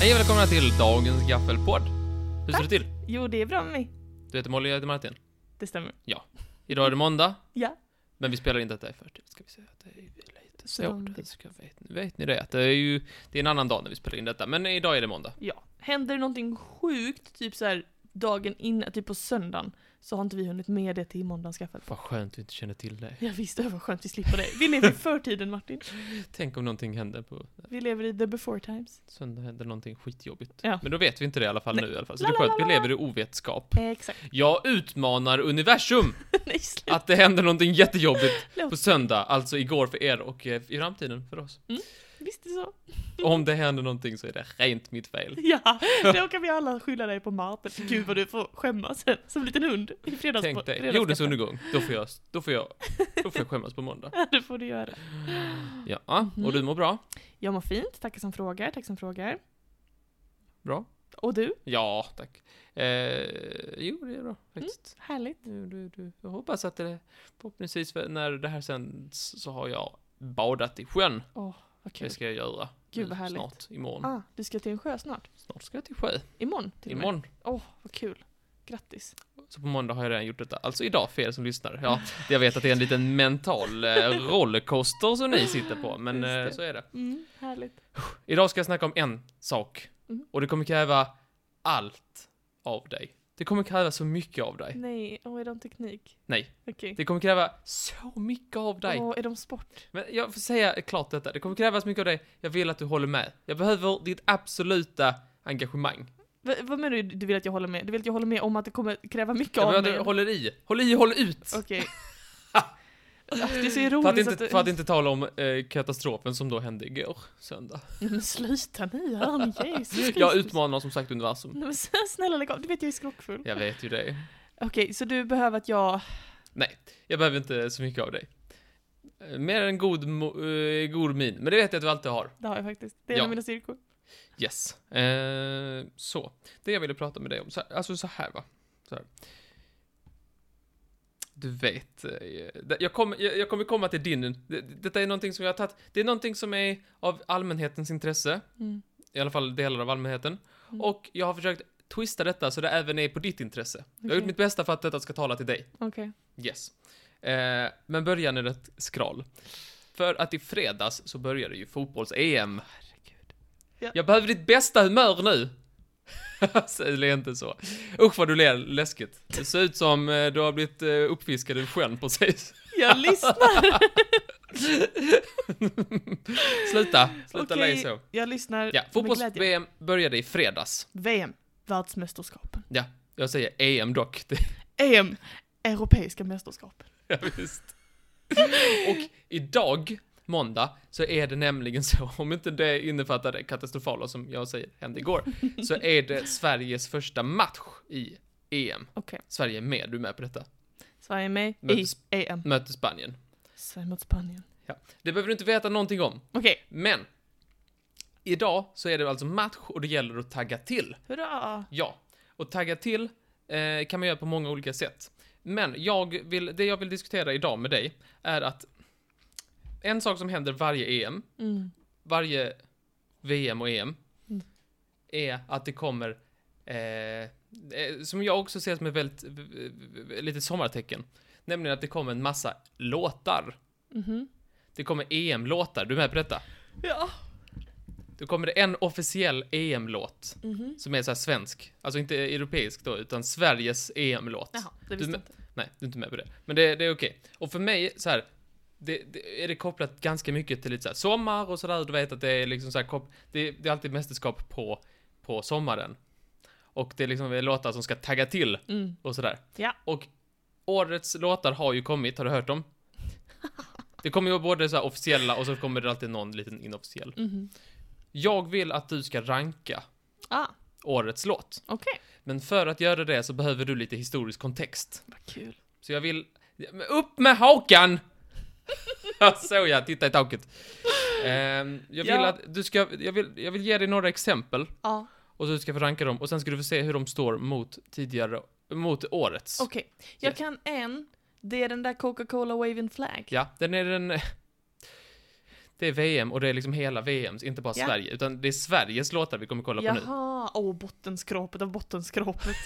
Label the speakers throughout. Speaker 1: Hej och välkomna till dagens gaffelpodd. Hur står det till?
Speaker 2: Jo, det är bra med mig.
Speaker 1: Du heter Molly, jag heter Martin.
Speaker 2: Det stämmer.
Speaker 1: Idag är det måndag,
Speaker 2: Ja.
Speaker 1: men vi spelar inte detta i förtid. Ska vi säga att det är lite
Speaker 2: Så de
Speaker 1: svårt.
Speaker 2: vet.
Speaker 1: Ska vet, ni- vet ni det? Att det är ju, det är en annan dag när vi spelar in detta, men idag är det måndag.
Speaker 2: Ja. Händer det någonting sjukt, typ så här dagen innan, typ på söndagen, så har inte vi hunnit med det till måndagens gaffel.
Speaker 1: Vad skönt vi inte känner till dig.
Speaker 2: Jag visste vad skönt vi slipper det. Vi lever i förtiden Martin.
Speaker 1: Tänk om någonting hände på
Speaker 2: Vi lever i the before times.
Speaker 1: söndag, hände någonting skitjobbigt.
Speaker 2: Ja.
Speaker 1: Men då vet vi inte det i alla fall
Speaker 2: Nej.
Speaker 1: nu i alla fall, så
Speaker 2: La,
Speaker 1: det är skönt.
Speaker 2: la,
Speaker 1: Vi
Speaker 2: la, la.
Speaker 1: lever i ovetskap.
Speaker 2: Eh, exakt.
Speaker 1: Jag utmanar universum
Speaker 2: Nej, sluta.
Speaker 1: att det händer någonting jättejobbigt
Speaker 2: Låt-
Speaker 1: på söndag, alltså igår för er och eh, i framtiden för oss.
Speaker 2: Visst är det så?
Speaker 1: Om det händer någonting så är det rent mitt fel.
Speaker 2: Ja, då kan vi alla skylla dig på Martin. Gud vad du får skämmas sen, som en liten hund i fredags
Speaker 1: Tänk dig,
Speaker 2: fredagsgaffel.
Speaker 1: jordens undergång. Då får jag, då får jag, då får jag skämmas på måndag.
Speaker 2: Ja, det får du göra. Mm.
Speaker 1: Ja, Ah, och du mår bra?
Speaker 2: Jag mår fint, tackar som frågar, tack som frågar.
Speaker 1: Bra?
Speaker 2: Och du?
Speaker 1: Ja, tack. Eh, jo, det är bra faktiskt.
Speaker 2: Härligt.
Speaker 1: Du, du, du. Jag hoppas att det, förhoppningsvis när det här sänds så har jag badat i sjön.
Speaker 2: Åh, vad kul.
Speaker 1: Det ska jag göra.
Speaker 2: Gud,
Speaker 1: nu
Speaker 2: vad härligt.
Speaker 1: Snart, imorgon.
Speaker 2: Ah, du ska till en sjö snart.
Speaker 1: Snart ska jag till sjö.
Speaker 2: Imorgon till och med.
Speaker 1: Imorgon.
Speaker 2: Åh, vad kul. Grattis.
Speaker 1: Så på måndag har jag redan gjort detta. Alltså idag för er som lyssnar. Ja, jag vet att det är en liten mental eh, rollercoaster som ni sitter på, men
Speaker 2: Just det.
Speaker 1: eh, så är det.
Speaker 2: Mm, härligt.
Speaker 1: Idag ska jag snacka om en sak.
Speaker 2: Mm.
Speaker 1: Och det kommer kräva allt av dig. Det kommer kräva så mycket av dig.
Speaker 2: Nej, åh, är de teknik?
Speaker 1: Eh. Nej.
Speaker 2: Okej.
Speaker 1: Det kommer kräva så mycket av dig.
Speaker 2: Åh, är de sport?
Speaker 1: Men jag får säga klart detta. Det kommer krävas mycket av dig. Jag vill att du håller med. Jag behöver ditt absoluta engagemang.
Speaker 2: Va, vad menar du? Du vill att jag håller med? Du vill att jag håller med om att det kommer kräva mycket
Speaker 1: Jag
Speaker 2: av
Speaker 1: behöver
Speaker 2: mig?
Speaker 1: att du håller i. Håll i, håll ut.
Speaker 2: Okej. Ja, det är så ironiskt
Speaker 1: För att, inte,
Speaker 2: du...
Speaker 1: för att inte tala om eh, katastrofen som då hände igår, söndag.
Speaker 2: Nej, men sluta ni hörni, Jesus Kristus.
Speaker 1: Jag utmanar som sagt universum.
Speaker 2: Nej men så- snälla lägg av, du vet jag är skrockfull.
Speaker 1: Jag vet ju det.
Speaker 2: Okej, så du behöver att jag...
Speaker 1: Jag behöver inte så mycket av dig. Eh, Mer än god, mo- eh, god min, men det vet jag att du alltid har.
Speaker 2: Det har jag faktiskt. Det är en
Speaker 1: Ja.
Speaker 2: av mina styrkor.
Speaker 1: Yes. Eh, så, det jag ville prata med dig om, så här, alltså så här va. Så här. Du vet, eh, det- jag kommer, jag, jag kommer komma till din, det- detta är någonting som jag har tagit, det är någonting som är av allmänhetens intresse,
Speaker 2: Mm.
Speaker 1: i alla fall delar av allmänheten,
Speaker 2: Mm.
Speaker 1: och jag har försökt twista detta så det även är på ditt intresse. Jag har
Speaker 2: Okej.
Speaker 1: gjort mitt bästa för att detta ska tala till dig.
Speaker 2: Okej.
Speaker 1: Yes. Eh, men början är rätt skral. För att i fredags så började ju fotbolls-EM.
Speaker 2: Herregud. Ja.
Speaker 1: Jag behöver ditt bästa humör nu! Alltså, det är inte så. Usch vad du ler läskigt. Det ser ut som eh, du har blivit eh, uppfiskad ur sjön precis.
Speaker 2: Jag lyssnar!
Speaker 1: Sluta, sluta
Speaker 2: Okej,
Speaker 1: le så.
Speaker 2: Jag lyssnar
Speaker 1: Ja,
Speaker 2: med glädje.
Speaker 1: fotbolls-VM började i fredags.
Speaker 2: VM, världsmästerskapen.
Speaker 1: Ja, jag säger EM dock. Det,
Speaker 2: EM, Europeiska mästerskap.
Speaker 1: ja, visst. Och idag, måndag, så är det nämligen så, om inte det innefattar det katastrofala som jag säger hände igår, så är det Sveriges första match i EM.
Speaker 2: Okej.
Speaker 1: Sverige är med, du är med på detta.
Speaker 2: Sverige är med
Speaker 1: Men-
Speaker 2: i E EM.
Speaker 1: Möter Spanien.
Speaker 2: Sverige mot Spanien.
Speaker 1: Det behöver du inte veta någonting om,
Speaker 2: Okej,
Speaker 1: men idag så är det alltså match och det gäller att tagga till.
Speaker 2: hurra!
Speaker 1: Ja, och tagga till eh, kan man göra på många olika sätt. Men jag vill, det jag vill diskutera idag med dig är att en sak som händer varje EM,
Speaker 2: Mm.
Speaker 1: varje VM och EM,
Speaker 2: Mm.
Speaker 1: är att det kommer, eh, eh, som jag också ser som ett väldigt, v- v- v- lite sommartecken, nämligen att det kommer en massa låtar.
Speaker 2: Mhm.
Speaker 1: Det kommer EM-låtar, du är med på detta?
Speaker 2: Ja.
Speaker 1: Då kommer det en officiell EM-låt
Speaker 2: Mhm.
Speaker 1: som är så här svensk, alltså inte europeisk då, utan Sveriges E EM-låt.
Speaker 2: Jaha, det
Speaker 1: Du-
Speaker 2: visste jag inte.
Speaker 1: Nej, du är inte med på det. Men det, det är okej. Och för mig, så här, det, det, är det kopplat ganska mycket till lite så här sommar och sådär. Du vet att det är liksom så här, kop- det, det är alltid mästerskap på, på sommaren. Och det är liksom låtar som ska tagga till
Speaker 2: Mm.
Speaker 1: och sådär.
Speaker 2: Ja.
Speaker 1: Och årets låtar har ju kommit, har du hört dem? Det kommer ju både så här officiella och så kommer det alltid någon liten inofficiell.
Speaker 2: Mhm.
Speaker 1: Jag vill att du ska ranka
Speaker 2: Ah,
Speaker 1: årets låt.
Speaker 2: okej.
Speaker 1: Men för att göra det så behöver du lite historisk kontext.
Speaker 2: Vad kul.
Speaker 1: Så jag vill... Ja, men Upp med hakan! så ja, titta i taket. Ehm, jag vill
Speaker 2: Ja.
Speaker 1: att du ska... Jag vill, jag vill ge dig några exempel
Speaker 2: Ja,
Speaker 1: och så ska vi ranka dem och sen ska du få se hur de står mot tidigare... Mot årets.
Speaker 2: okej. Jag
Speaker 1: Yes.
Speaker 2: kan en. Det är den där Coca-Cola Waving Flag.
Speaker 1: Ja, den är den... det är VM och det är liksom hela VMs, inte bara
Speaker 2: Ja.
Speaker 1: Sverige, utan det är Sveriges låtar vi kommer kolla på nu.
Speaker 2: Jaha, åh bottenskrapet av bottenskrapet.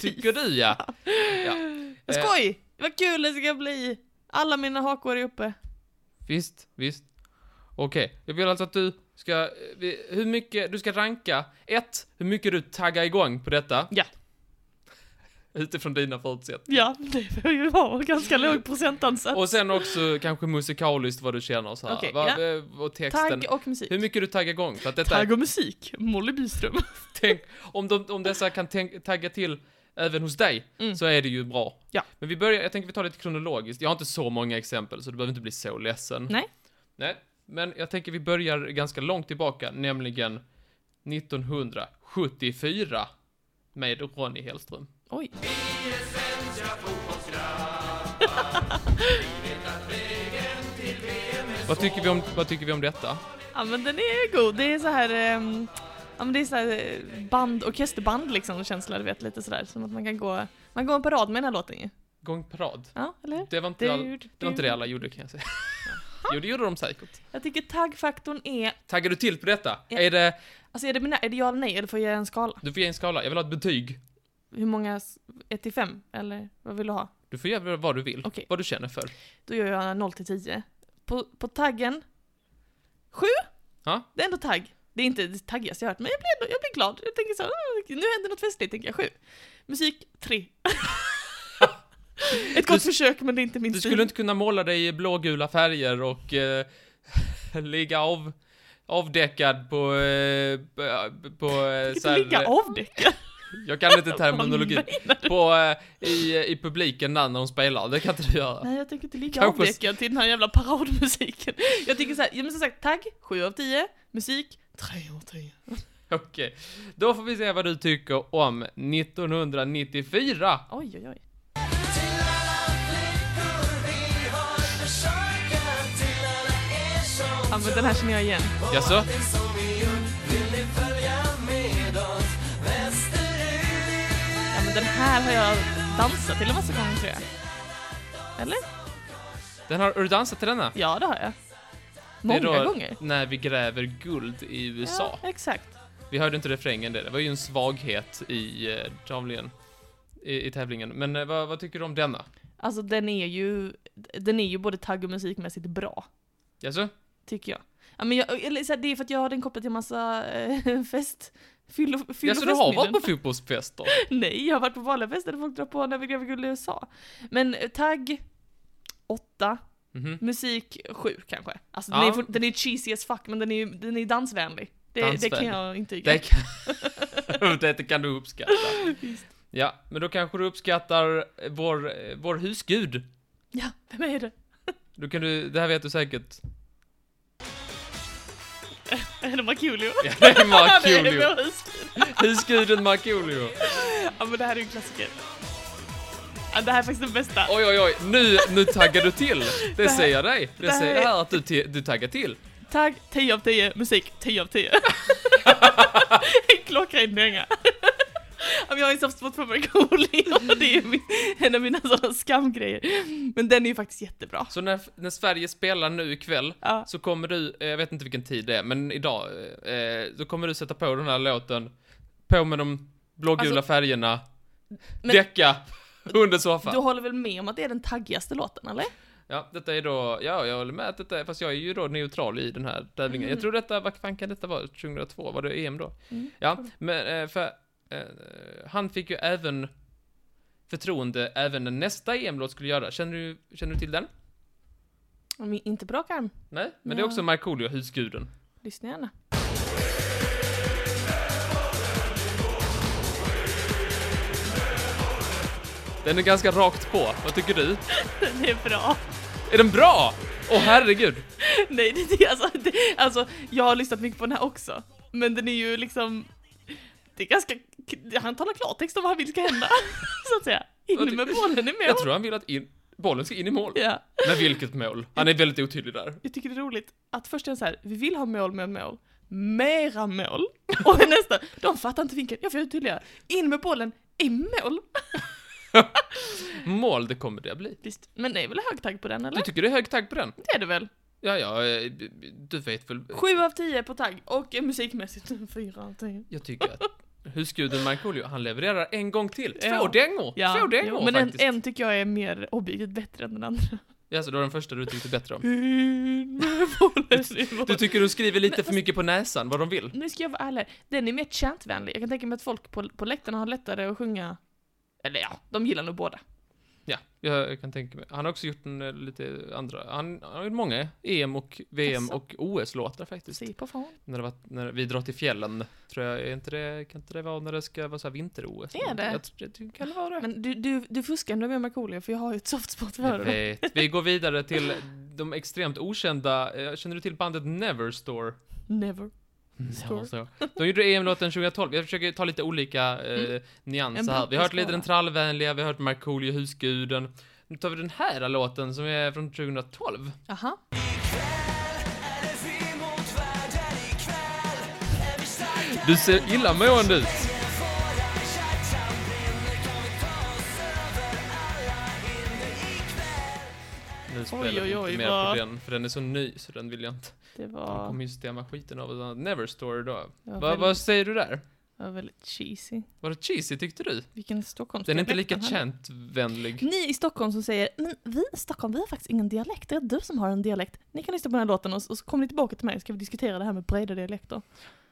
Speaker 1: Tycker du ja? ja.
Speaker 2: Vad
Speaker 1: Eh.
Speaker 2: skoj! Vad kul det ska bli! Alla mina hakor är uppe.
Speaker 1: Visst, visst. Okej, jag vill alltså att du ska, eh, vi- hur mycket, du ska ranka, ett, hur mycket du taggar igång på detta.
Speaker 2: Ja.
Speaker 1: Utifrån dina förutsättningar.
Speaker 2: Ja, det får ju vara ganska låg procentansats.
Speaker 1: Och sen också kanske musikaliskt vad du känner så här.
Speaker 2: Okej,
Speaker 1: vad,
Speaker 2: ja.
Speaker 1: eh, Och texten.
Speaker 2: Tagg och musik.
Speaker 1: Hur mycket du taggar igång? För att detta är,
Speaker 2: Tagg och musik. Molly Byström.
Speaker 1: tänk, om, de, om dessa kan tänk, tagga till även hos dig,
Speaker 2: Mm.
Speaker 1: så är det ju bra.
Speaker 2: Ja.
Speaker 1: Men vi börjar, jag tänker vi tar lite kronologiskt. Jag har inte så många exempel, så du behöver inte bli så ledsen.
Speaker 2: Nej.
Speaker 1: Nej, men jag tänker vi börjar ganska långt tillbaka, nämligen 1974 med Ronny Hellström.
Speaker 2: Oj.
Speaker 1: Vad tycker vi om, vad tycker vi om detta?
Speaker 2: Ja men den är ju god. Det är så här... ehm, Ja men det är så här eh, band, orkesterband liksom känsla, du vet lite sådär. Som att man kan gå... Man går en parad med den här låten ju.
Speaker 1: Gång parad.
Speaker 2: Ja, eller hur?
Speaker 1: Det var inte, all,
Speaker 2: Du-
Speaker 1: det, var inte
Speaker 2: du-
Speaker 1: det alla gjorde kan jag säga. Jo, det gjorde de säkert.
Speaker 2: Jag tycker taggfaktorn är...
Speaker 1: Taggar du till på detta?
Speaker 2: Ja.
Speaker 1: Är det,
Speaker 2: Alltså är det, mina- är det ja eller nej? Eller får jag en skala?
Speaker 1: du får ge en skala, jag vill ha ett betyg.
Speaker 2: Hur många... s- ett till fem Eller vad vill du ha?
Speaker 1: Du får göra vad du vill,
Speaker 2: Okej.
Speaker 1: vad du känner för.
Speaker 2: Då gör jag 0 till 10. På, på taggen... 7!
Speaker 1: Ja.
Speaker 2: Det är ändå tagg. Det är inte det taggigaste jag har hört, men jag blir, ändå, jag blir glad. Jag tänker så, "Ah, nu händer något festligt, tänker jag. 7. Musik, 3. Ett gott
Speaker 1: Du-
Speaker 2: försök, men det är inte min
Speaker 1: Du
Speaker 2: stil.
Speaker 1: skulle inte kunna måla dig i blågula färger och eh, ligga av, avdäckad på, eh, på, på eh, så här,
Speaker 2: ligga avdäckad.
Speaker 1: jag kan inte terminologin, på, eh, i, i publiken där när de spelar, det kan inte du göra.
Speaker 2: Nej, jag tänker inte ligga
Speaker 1: Kanske-
Speaker 2: avdäckad till den här jävla paradmusiken. Jag tänker så här, ja, men som sagt, tagg, 7 av 10. Musik, 3 av 10.
Speaker 1: Okej, då får vi se vad du tycker om 1994.
Speaker 2: Oj, oj, oj. Ja, men den här känner jag igen.
Speaker 1: Jaså?
Speaker 2: Ja, men den här har jag dansat till en massa gånger tror jag. Eller?
Speaker 1: Den har, har du dansat till denna?
Speaker 2: Ja, det har jag.
Speaker 1: Det är
Speaker 2: Många
Speaker 1: då
Speaker 2: gånger.
Speaker 1: När vi gräver guld i USA.
Speaker 2: Ja, exakt.
Speaker 1: Vi hörde inte refrängen där, det var ju en svaghet i eh, tävlingen. I, I tävlingen. Men eh, vad, vad tycker du om denna?
Speaker 2: Alltså den är ju, den är ju både tagg och musikmässigt bra,
Speaker 1: Jaså?
Speaker 2: tycker jag. Ja, men jag eller, så här, det är för att jag har den kopplad till massa eh, fest... Fyll och, fyll
Speaker 1: Jaså,
Speaker 2: och
Speaker 1: du har varit
Speaker 2: festminnen.
Speaker 1: på fotbollsfester?
Speaker 2: Nej, jag har varit på vanliga fester där folk drar på när vi gräver guld i USA. Men eh, tagg, åtta.
Speaker 1: Mhm.
Speaker 2: Musik, sju kanske. Alltså
Speaker 1: Ja.
Speaker 2: den, är, fort- den är cheesy as fuck, men den är, den är dansvänlig. Det, det kan
Speaker 1: Dansvänlig.
Speaker 2: jag intyga.
Speaker 1: Det kan, Detta kan du uppskatta. Ja, men då kanske du uppskattar eh, vår, eh, vår husgud.
Speaker 2: Ja, vem är det?
Speaker 1: Då kan du, det här vet du säkert.
Speaker 2: Är det Markoolio?
Speaker 1: Ja, det är
Speaker 2: det är
Speaker 1: Markoolio.
Speaker 2: vår husgud.
Speaker 1: Husguden Markoolio.
Speaker 2: Ja men det här är ju en klassiker. Ja, det här är faktiskt den bästa.
Speaker 1: Oj, oj, oj, nu, nu taggar du till. Det
Speaker 2: här-
Speaker 1: säger jag dig. Det
Speaker 2: det här
Speaker 1: säger
Speaker 2: är-
Speaker 1: jag här att du, te- du taggar till.
Speaker 2: Tagg 10 av 10, musik 10 av 10. Klockren dänga. Ja, men Jag har ju soft spot för Markoolio och det är min, en av mina sådana skamgrejer. Men den är ju faktiskt jättebra.
Speaker 1: Så när, när Sverige spelar nu ikväll
Speaker 2: Ja.
Speaker 1: så kommer du, eh, jag vet inte vilken tid det är, men idag, eh, då kommer du sätta på den här låten, på med de blågula
Speaker 2: Alltså-
Speaker 1: färgerna,
Speaker 2: Men-
Speaker 1: däcka under soffan.
Speaker 2: Du håller väl med om att det är den taggigaste låten eller?
Speaker 1: Ja, detta är då, ja, jag håller med att detta är, fast jag är ju då neutral i den här tävlingen. Jag tror detta, vad fan kan detta vara, 2002, var det EM då?
Speaker 2: Mm.
Speaker 1: Ja, men eh, för, eh, han fick ju även förtroende även när nästa EM-låt skulle göra. Känner du, känner du till den?
Speaker 2: Om inte på rak arm,
Speaker 1: Nej? Men det är
Speaker 2: Ja.
Speaker 1: också Markoolio, husguden.
Speaker 2: lyssna gärna.
Speaker 1: Den är ganska rakt på, vad tycker du?
Speaker 2: Den är bra.
Speaker 1: Är den bra? Åh herregud!
Speaker 2: Nej, det, det, alltså, det, alltså, jag har lyssnat mycket på den här också. Men den är ju liksom... Det är ganska... Han talar klartext om vad han vill ska hända, så att säga. In med bollen i mål.
Speaker 1: Jag tror han vill att in, bollen ska in i mål.
Speaker 2: Ja,
Speaker 1: Men vilket mål? Han är väldigt otydlig där.
Speaker 2: jag tycker det är roligt att först är det så här, vi vill ha mål med mål. Mera mål. Och nästa, de fattar inte vinkeln, jag får göra det tydligare. In med bollen i mål.
Speaker 1: Mål, det kommer det att bli.
Speaker 2: Visst, men det är väl hög tagg på den
Speaker 1: Du
Speaker 2: eller?
Speaker 1: tycker det är hög tagg på den?
Speaker 2: Det är det väl?
Speaker 1: Ja, ja, eh, b- b- du vet väl.
Speaker 2: Sju av tio på tagg och eh, musikmässigt fyra av tio.
Speaker 1: Jag tycker att husguden Markoolio, han levererar en gång till. Två
Speaker 2: Ja.
Speaker 1: dängor!
Speaker 2: Ja,
Speaker 1: Två
Speaker 2: jo,
Speaker 1: dängor
Speaker 2: men en,
Speaker 1: faktiskt.
Speaker 2: en tycker jag är mer objektivt bättre än den andra.
Speaker 1: Ja, så det var den första du tyckte bättre om.
Speaker 2: In med bollen i mål.
Speaker 1: Du tycker du skriver lite för mycket på näsan vad de vill.
Speaker 2: Nu ska jag vara ärlig, den är mer chantvänlig. Jag kan tänka mig att folk på, på läktarna har lättare att sjunga. Eller ja, de gillar nog båda.
Speaker 1: Ja, jag kan tänka mig. Han har också gjort en, eh, lite andra, han, han har gjort många EM och VM
Speaker 2: Jaså?
Speaker 1: och OS-låtar faktiskt.
Speaker 2: Se på fan.
Speaker 1: När det var, när vi drar till fjällen, tror jag, är inte det, kan inte det vara när det ska vara så här vinter-OS?
Speaker 2: Är det?
Speaker 1: Jag, tror- jag, tror- kan det vara det?
Speaker 2: Men du, du, du fuskar ändå med Markoolio för jag har ju ett soft spot för
Speaker 1: Jag
Speaker 2: honom.
Speaker 1: vet. Vi går vidare till de extremt okända, eh, känner du till bandet
Speaker 2: Mm.
Speaker 1: Neverstore?
Speaker 2: Never.
Speaker 1: Ja,
Speaker 2: Store.
Speaker 1: så. De gjorde EM-låten 2012. Jag försöker ta lite olika eh,
Speaker 2: Mm. En
Speaker 1: nyanser här. Vi har hört lite
Speaker 2: brittisk
Speaker 1: den trallvänliga, vi har hört Markoolio, husguden. Nu tar vi den här låten som är från 2012.
Speaker 2: Aha.
Speaker 1: Du ser illamående ut. Nu spelar
Speaker 2: Oj,
Speaker 1: vi
Speaker 2: oj, oj,
Speaker 1: inte mer
Speaker 2: vad-
Speaker 1: på den, för den är så ny så den vill jag inte.
Speaker 2: Det
Speaker 1: De
Speaker 2: var,
Speaker 1: kommer ju stämma skiten av oss. Neverstore då.
Speaker 2: det var,
Speaker 1: Va,
Speaker 2: väldigt,
Speaker 1: vad säger du där?
Speaker 2: det var väldigt cheesy.
Speaker 1: Var det cheesy tyckte du?
Speaker 2: Vilken Stockholms
Speaker 1: Den är inte lika
Speaker 2: känd.
Speaker 1: chantvänlig.
Speaker 2: Ni i Stockholm som säger men vi i Stockholm, vi har faktiskt ingen dialekt, det är du som har en dialekt. Ni kan lyssna på den här låten och, och så kommer ni tillbaka till mig så ska vi diskutera det här med breda dialekter.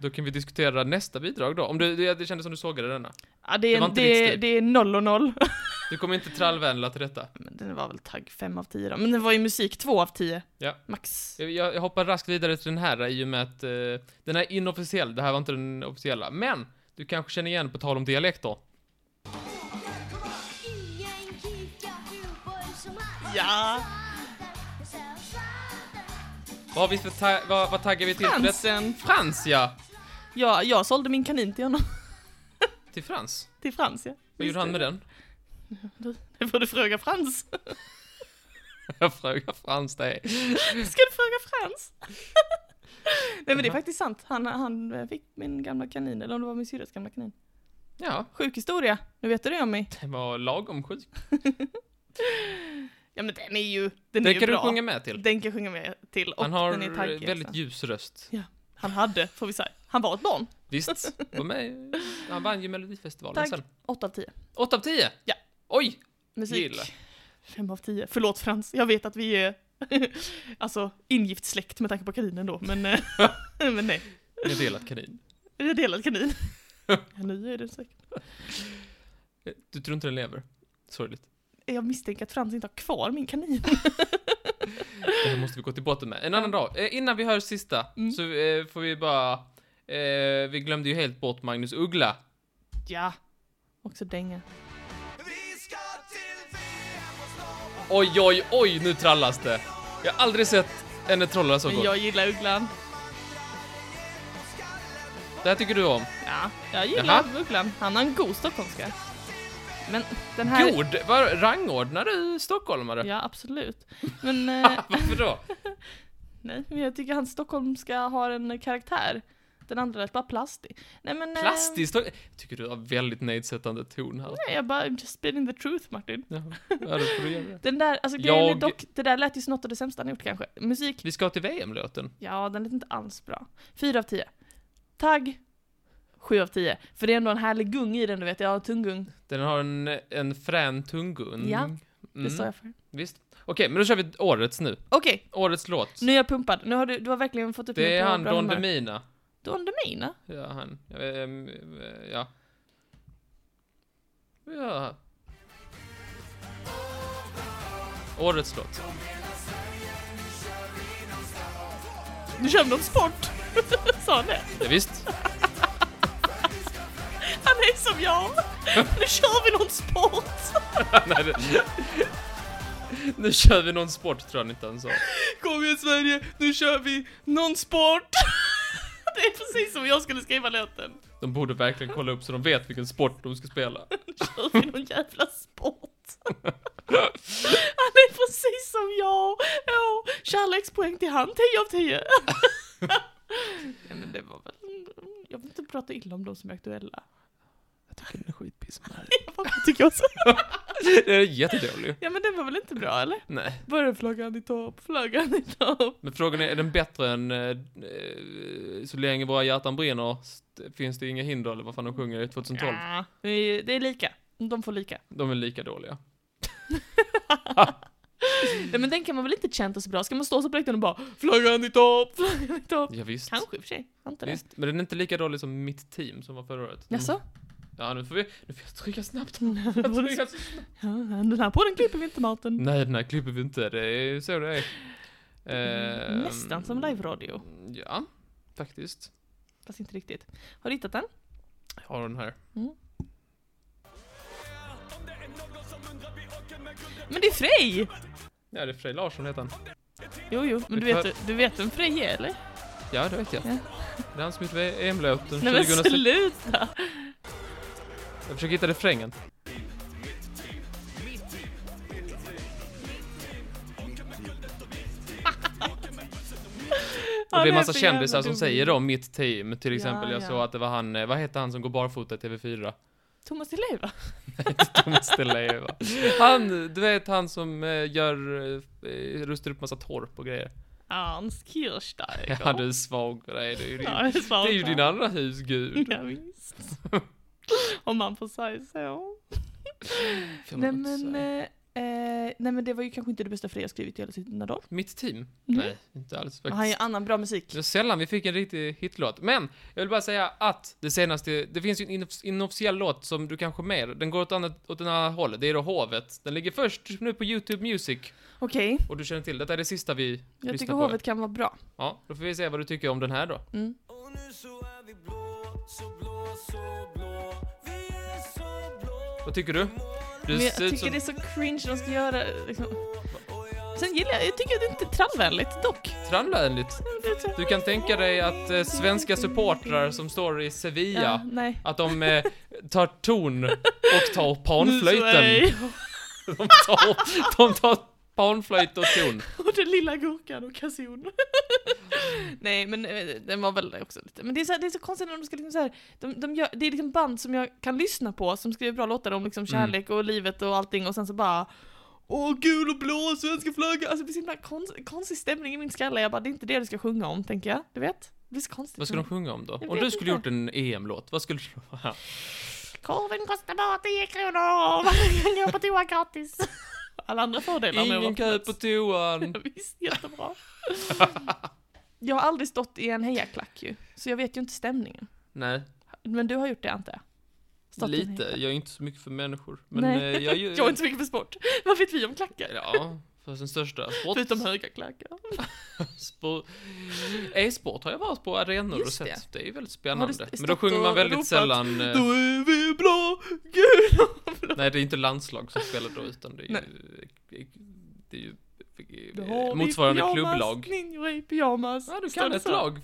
Speaker 1: Då kan vi diskutera nästa bidrag då. Om du, det, det kändes som du sågade denna.
Speaker 2: Ja, det,
Speaker 1: Det var
Speaker 2: är, det,
Speaker 1: inte
Speaker 2: det,
Speaker 1: riktigt.
Speaker 2: är noll och noll.
Speaker 1: Du kommer inte trallvänla till detta.
Speaker 2: Men den var väl tagg fem av tio då, men den var ju musik två av tio
Speaker 1: Ja.
Speaker 2: Max.
Speaker 1: Jag, jag hoppar raskt vidare till den här i och med att eh, den är inofficiell. Det här var inte den officiella. Men du kanske känner igen på tal om dialekter.
Speaker 2: Ja.
Speaker 1: Vad har vi för ta- vad, vad taggar vi till? för detta?
Speaker 2: Fransen!
Speaker 1: Frans ja!
Speaker 2: Ja, jag sålde min kanin till honom.
Speaker 1: Till Frans.
Speaker 2: Till Frans ja.
Speaker 1: Vad gjorde han med den?
Speaker 2: Det får du fråga Frans.
Speaker 1: Jag frågar Frans dig.
Speaker 2: Ska du fråga Frans? Nej men det är faktiskt sant. Han, han eh, fick min gamla kanin, eller om det var min syrras gamla kanin.
Speaker 1: Ja,
Speaker 2: Sjuk historia, nu vet du det om mig.
Speaker 1: det var lagom sjuk.
Speaker 2: Ja men den är ju, den är
Speaker 1: Den
Speaker 2: ju
Speaker 1: kan du
Speaker 2: bra.
Speaker 1: sjunga med till.
Speaker 2: Den kan jag sjunga med till och
Speaker 1: Han har
Speaker 2: den är taggig. alltså.
Speaker 1: väldigt
Speaker 2: också.
Speaker 1: ljus röst.
Speaker 2: Han hade, får vi säga. Han var ett barn.
Speaker 1: Visst, var med. Han vann ju Melodifestivalen
Speaker 2: Tack.
Speaker 1: sen.
Speaker 2: 8 av 10.
Speaker 1: 8 av 10?
Speaker 2: Ja.
Speaker 1: Oj!
Speaker 2: Musik.
Speaker 1: Gilla.
Speaker 2: 5 av 10. Förlåt Frans, jag vet att vi är alltså ingift släkt med tanke på kaninen då, men, eh, men nej.
Speaker 1: Ni har delat kanin.
Speaker 2: Vi har delat kanin. Ja, nu är det säkert.
Speaker 1: Du tror inte den lever? Sorgligt.
Speaker 2: Jag misstänker att Frans inte har kvar min kanin.
Speaker 1: Det här måste vi gå till botten med. En annan dag. Eh, innan vi hör sista
Speaker 2: Mm.
Speaker 1: så eh, får vi bara... Eh, vi glömde ju helt bort Magnus Uggla.
Speaker 2: Ja. Också dänga.
Speaker 1: Oj, oj, oj, nu trallas det. Jag har aldrig sett henne trolla så
Speaker 2: Men
Speaker 1: gott.
Speaker 2: jag gillar Ugglan.
Speaker 1: Det här tycker du om.
Speaker 2: Ja, jag gillar Ugglan. Han har en god stockholmska. Men den här...
Speaker 1: God! Var, rangordnar du stockholmare?
Speaker 2: Ja, absolut. Men... Eh,
Speaker 1: Varför då?
Speaker 2: Nej, men jag tycker hans stockholmska har en karaktär. Den andra lät bara plastig. Nej men... eh,
Speaker 1: Plastiskt? Jag tycker du har väldigt nedsättande ton här.
Speaker 2: Nej, jag bara, I'm just spinning the truth Martin.
Speaker 1: Jaha, Ja, då får du göra det.
Speaker 2: Den där, alltså grejen är
Speaker 1: Jag-
Speaker 2: dock, det där lät ju som något av det sämsta han gjort kanske. Musik,
Speaker 1: Vi ska till VM-låten.
Speaker 2: ja den lät inte alls bra. Fyra av tio. Tagg, sju av tio. För det är ändå en härlig gung i den du vet, jag har en tunggung.
Speaker 1: Den har en, en frän tunggung.
Speaker 2: Ja,
Speaker 1: Mm.
Speaker 2: Det står jag för.
Speaker 1: Visst. Okej, men då kör vi årets nu.
Speaker 2: Okej,
Speaker 1: Årets låt.
Speaker 2: nu är jag pumpad. Nu har du, du har verkligen fått upp
Speaker 1: Det
Speaker 2: mig
Speaker 1: är
Speaker 2: på
Speaker 1: han,
Speaker 2: bra
Speaker 1: Don
Speaker 2: humör.
Speaker 1: Demina.
Speaker 2: Don Demina?
Speaker 1: Ja, han. Ja, ehm, eh, ja. Ja. Årets låt.
Speaker 2: Du kör någon sport? Sa han det?
Speaker 1: Ja, visst.
Speaker 2: Han är som jag! Nu kör vi någon sport!
Speaker 1: Nej, det... Nu kör vi någon sport, tror jag inte han sa.
Speaker 2: Kom igen Sverige, nu kör vi någon sport! Det är precis som jag skulle skriva låten.
Speaker 1: De borde verkligen kolla upp så de vet vilken sport de ska spela.
Speaker 2: Nu kör vi någon jävla sport. Han är precis som jag! Ja, kärlekspoäng till han, 10 av 10. Nej men det var väl... Jag vill inte prata illa om de som är aktuella.
Speaker 1: Jag tycker den är skitpissig.
Speaker 2: Vad tycker jag så?
Speaker 1: Det är jättedålig.
Speaker 2: Ja men den var väl inte bra eller?
Speaker 1: Nej.
Speaker 2: Bara flaggan i topp, flaggan i topp.
Speaker 1: Men frågan är, är den bättre än eh, eh, Så länge våra hjärtan brinner st- finns det inga hinder eller vad fan de sjunger i 2012?
Speaker 2: Ja, det är det är lika. De får lika.
Speaker 1: De är lika dåliga.
Speaker 2: Nej men den kan man väl inte känna så bra? Ska man stå så på läktaren och bara Flaggan i topp, flaggan i topp.
Speaker 1: Ja, visst.
Speaker 2: Kanske i och för sig. Jag Antar det.
Speaker 1: Visst. Men den är inte lika dålig som mitt team som var förra året. De-
Speaker 2: Jaså?
Speaker 1: Ja, nu får vi, nu får jag trycka snabbt. Jag
Speaker 2: Var det
Speaker 1: trycker
Speaker 2: så?
Speaker 1: så-
Speaker 2: Ja, Den här podden klipper vi inte Martin.
Speaker 1: Nej, den här klipper vi inte. Det är så det är. Ehm,
Speaker 2: Nästan som live-radio.
Speaker 1: Ja, faktiskt.
Speaker 2: Fast inte riktigt. Har du hittat den?
Speaker 1: Jag har den här.
Speaker 2: Men det är Frej!
Speaker 1: Ja, det är Frej Larsson heter han.
Speaker 2: Jo, jo, men du
Speaker 1: Det är
Speaker 2: vet, du vet vem Frej är eller?
Speaker 1: Ja, det vet jag.
Speaker 2: Ja.
Speaker 1: Det är han som gjort EM-låten
Speaker 2: Nej men
Speaker 1: 2006.
Speaker 2: sluta!
Speaker 1: Jag försöker hitta refrängen.
Speaker 2: Ja,
Speaker 1: Och det är
Speaker 2: är
Speaker 1: massa
Speaker 2: för jävla
Speaker 1: kändisar som
Speaker 2: dumt.
Speaker 1: säger då mitt team, till exempel.
Speaker 2: Ja,
Speaker 1: jag
Speaker 2: ja.
Speaker 1: såg att det var han, eh, vad heter han som går barfota i TV4?
Speaker 2: Thomas Di Leiva?
Speaker 1: Thomas Di Leiva. Han, du vet han som eh, gör, eh, rustar upp massa torp och grejer.
Speaker 2: Hans Kirchsteiger.
Speaker 1: Ja, du är svag för dig. Det är ju din,
Speaker 2: Ja, Mm. det är
Speaker 1: det
Speaker 2: svårt.
Speaker 1: är ju din andra husgud.
Speaker 2: Ja, visst. Om man får säga så.
Speaker 1: Kan
Speaker 2: Nej
Speaker 1: man inte
Speaker 2: men,
Speaker 1: säga.
Speaker 2: eh, eh, nej men det var ju kanske inte det bästa Frej har skrivit i hela sina dagar.
Speaker 1: Mitt team?
Speaker 2: Nej.
Speaker 1: Nej, inte alls
Speaker 2: Mm. Han har ju
Speaker 1: faktiskt.
Speaker 2: annan bra musik.
Speaker 1: Det var sällan vi fick en riktig hitlåt. Men, jag vill bara säga att det senaste, det finns ju en inoff- inofficiell låt som du kanske mer, den går åt, annat, åt den här hållet, det är då Hovet. Den ligger först nu på YouTube Music,
Speaker 2: Okej,
Speaker 1: och du känner till, detta är det sista vi
Speaker 2: jag
Speaker 1: lyssnar
Speaker 2: tycker
Speaker 1: på.
Speaker 2: hovet kan vara bra.
Speaker 1: Ja, då får vi se vad du tycker om den här då.
Speaker 2: Mm.
Speaker 3: Och nu så är vi blå, så blå, så blå Vi är så blå
Speaker 1: Vad tycker du? Du
Speaker 2: Men jag
Speaker 1: ser ut
Speaker 2: tycker
Speaker 1: som-
Speaker 2: det är så cringe de ska göra liksom. Sen gillar jag, jag tycker att det inte är trallvänligt dock.
Speaker 1: Trallvänligt.
Speaker 2: Det är så-
Speaker 1: Du kan tänka dig att eh, svenska supportrar som står i Sevilla,
Speaker 2: Ja, nej.
Speaker 1: att de eh, tar ton och tar
Speaker 2: Nu så är
Speaker 1: panflöjten.
Speaker 2: jag-
Speaker 1: De tar, de tar panflöjt och ton.
Speaker 2: Och den lilla gurkan och kassion. Nej men eh, den var väl också lite, men det är så, här, det är så konstigt när de ska liksom så här, de, de gör, det är liksom band som jag kan lyssna på som skriver bra låtar om
Speaker 1: Mm.
Speaker 2: liksom kärlek och livet och allting och sen så bara Åh gul och blå svenska flagga, alltså det blir så himla konst, konstig stämning i min skalle, jag bara det är inte det du ska sjunga om tänker jag, du vet? Det blir så konstigt.
Speaker 1: Vad skulle de sjunga om då?
Speaker 2: Jag
Speaker 1: Om
Speaker 2: vet
Speaker 1: du skulle
Speaker 2: inte.
Speaker 1: gjort en EM-låt, vad skulle du...
Speaker 2: Korven kostar bara 10 kronor, man kan gå på toa gratis. Alla andra fördelar med att vara
Speaker 1: Ingen
Speaker 2: på
Speaker 1: kö
Speaker 2: plats.
Speaker 1: på toan.
Speaker 2: Ja, Visst, jättebra. jag har aldrig stått i en hejaklack ju, så jag vet ju inte stämningen.
Speaker 1: Nej,
Speaker 2: Men du har gjort det antar jag? Stått i en
Speaker 1: lite.
Speaker 2: hejaklack.
Speaker 1: Jag är inte så mycket för människor. Men
Speaker 2: Nej.
Speaker 1: eh, jag är ju...
Speaker 2: Jag är inte så mycket för sport. Vad vet vi om klackar?
Speaker 1: Ja, fast den största. Sport,
Speaker 2: Förutom höga klackar.
Speaker 1: Eh. Spor- E-sport har jag varit på arenor och
Speaker 2: Just det.
Speaker 1: sett. Det är ju väldigt
Speaker 2: Har
Speaker 1: spännande.
Speaker 2: du st-
Speaker 1: Men då
Speaker 2: stått
Speaker 1: sjunger
Speaker 2: och
Speaker 1: man väldigt
Speaker 2: ropat,
Speaker 1: sällan... eh,
Speaker 2: Då är vi blå, gula och blå.
Speaker 1: Nej, det är inte landslag som spelar då, utan det är ju... Det är ju eh,
Speaker 2: Då har vi
Speaker 1: motsvarande
Speaker 2: pyjamas,
Speaker 1: klubblag.
Speaker 2: Ninjor i pyjamas.
Speaker 1: Ja, du
Speaker 2: Står
Speaker 1: kan
Speaker 2: det
Speaker 1: ett
Speaker 2: så?
Speaker 1: lag.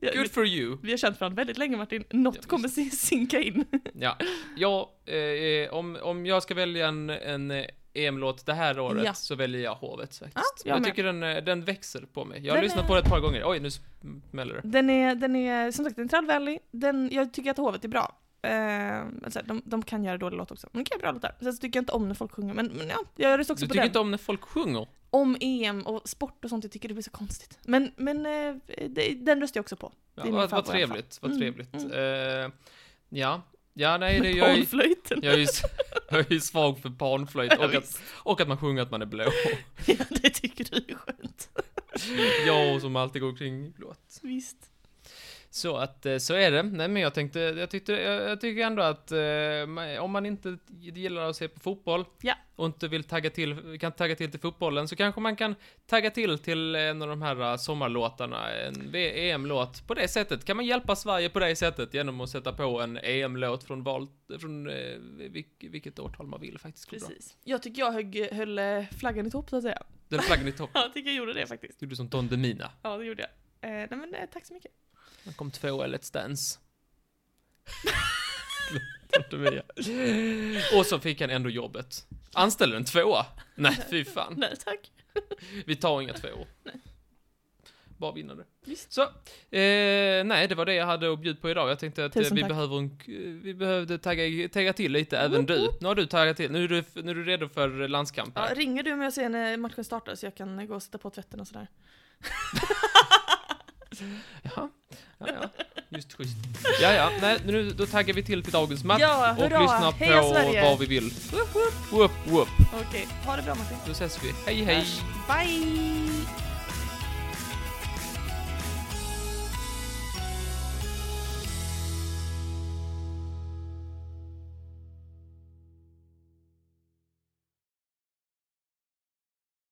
Speaker 2: Ja, vi,
Speaker 1: Good for you.
Speaker 2: vi har känt varandra väldigt länge Martin.
Speaker 1: Ja,
Speaker 2: Något kommer sin- sinka in.
Speaker 1: Ja, ja eh, om, om jag ska välja en, en eh, EM-låt det här året
Speaker 2: Ja.
Speaker 1: så väljer jag Hovet faktiskt.
Speaker 2: Ja, jag
Speaker 1: jag
Speaker 2: med.
Speaker 1: tycker den, eh, den växer på mig. Jag har
Speaker 2: Den
Speaker 1: lyssnat
Speaker 2: är-
Speaker 1: på det ett par gånger. Oj, nu smäller det.
Speaker 2: Den är, den är som sagt den är trallvänlig, den, jag tycker att hovet är bra. Eh, alltså, de, de kan göra dåliga låtar också, men de kan göra bra låtar. Sen så tycker jag inte om när folk sjunger, men, men ja, jag röstar också
Speaker 1: Du
Speaker 2: på
Speaker 1: tycker
Speaker 2: den.
Speaker 1: inte om när folk sjunger?
Speaker 2: Om EM och sport och sånt, jag tycker det blir så konstigt. Men, men eh, det, den röstar jag också på.
Speaker 1: Ja,
Speaker 2: Det är min
Speaker 1: vad, vad
Speaker 2: favorit i alla fall.
Speaker 1: trevligt, vad
Speaker 2: Mm,
Speaker 1: trevligt.
Speaker 2: mm.
Speaker 1: Eh, ja, ja, nej, det, jag, är,
Speaker 2: Panflöjten.
Speaker 1: jag, är, ju s- jag är ju svag för panflöjt
Speaker 2: Ja,
Speaker 1: och att,
Speaker 2: visst.
Speaker 1: och att man sjunger att man är blå.
Speaker 2: ja, det tycker du är skönt. Mm.
Speaker 1: Jag som alltid går kring blått.
Speaker 2: Visst.
Speaker 1: Så att, eh, så är det. Nej men jag tänkte, jag tyckte, jag, jag tycker ändå att eh, ma- om man inte gillar att se på fotboll
Speaker 2: Ja.
Speaker 1: och inte vill tagga till, kan tagga till till fotbollen så kanske man kan tagga till till en av de här eh, sommarlåtarna, en V- EM-låt. På det sättet kan man hjälpa Sverige på det sättet genom att sätta på en EM-låt från val, från eh, vilk, vilket årtal man vill faktiskt. går bra.
Speaker 2: Precis. Jag tycker jag högg, höll eh, flaggan i topp så att säga.
Speaker 1: Den flaggan i topp.
Speaker 2: Ja, jag tycker jag gjorde det faktiskt.
Speaker 1: Gjorde som Don Demina.
Speaker 2: Ja, det gjorde jag. Eh, nej men eh, tack så mycket.
Speaker 1: Han kom två i Let's Dance. Inte Mia. och så fick han ändå jobbet. Anställde en tvåa? Nej, fy fan.
Speaker 2: Nej tack.
Speaker 1: Vi tar inga tvåor. bara vinnare.
Speaker 2: Visst.
Speaker 1: Så, eh, nej, det var det jag hade att bjuda på idag. Jag tänkte att eh,
Speaker 2: Tusen
Speaker 1: vi,
Speaker 2: tack.
Speaker 1: behöver en, vi behövde tagga, tagga till lite, även du. Nu har du taggat till, nu är du, nu är du redo för eh, landskamp
Speaker 2: Ja,
Speaker 1: här.
Speaker 2: ringer du om jag ser när matchen startar så jag kan eh, gå och sätta på tvätten och sådär?
Speaker 1: Jaha. Ja, ja. Just schysst. Ja, ja, nej, nu då taggar vi till till dagens match
Speaker 2: Ja,
Speaker 1: och
Speaker 2: hurra.
Speaker 1: lyssnar
Speaker 2: Heja
Speaker 1: på
Speaker 2: Sverige.
Speaker 1: vad vi vill.
Speaker 2: Woop woop.
Speaker 1: Whoop, whoop.
Speaker 2: Okej, ha det bra Martin.
Speaker 1: Då ses vi. Hej, hej.
Speaker 2: Bye!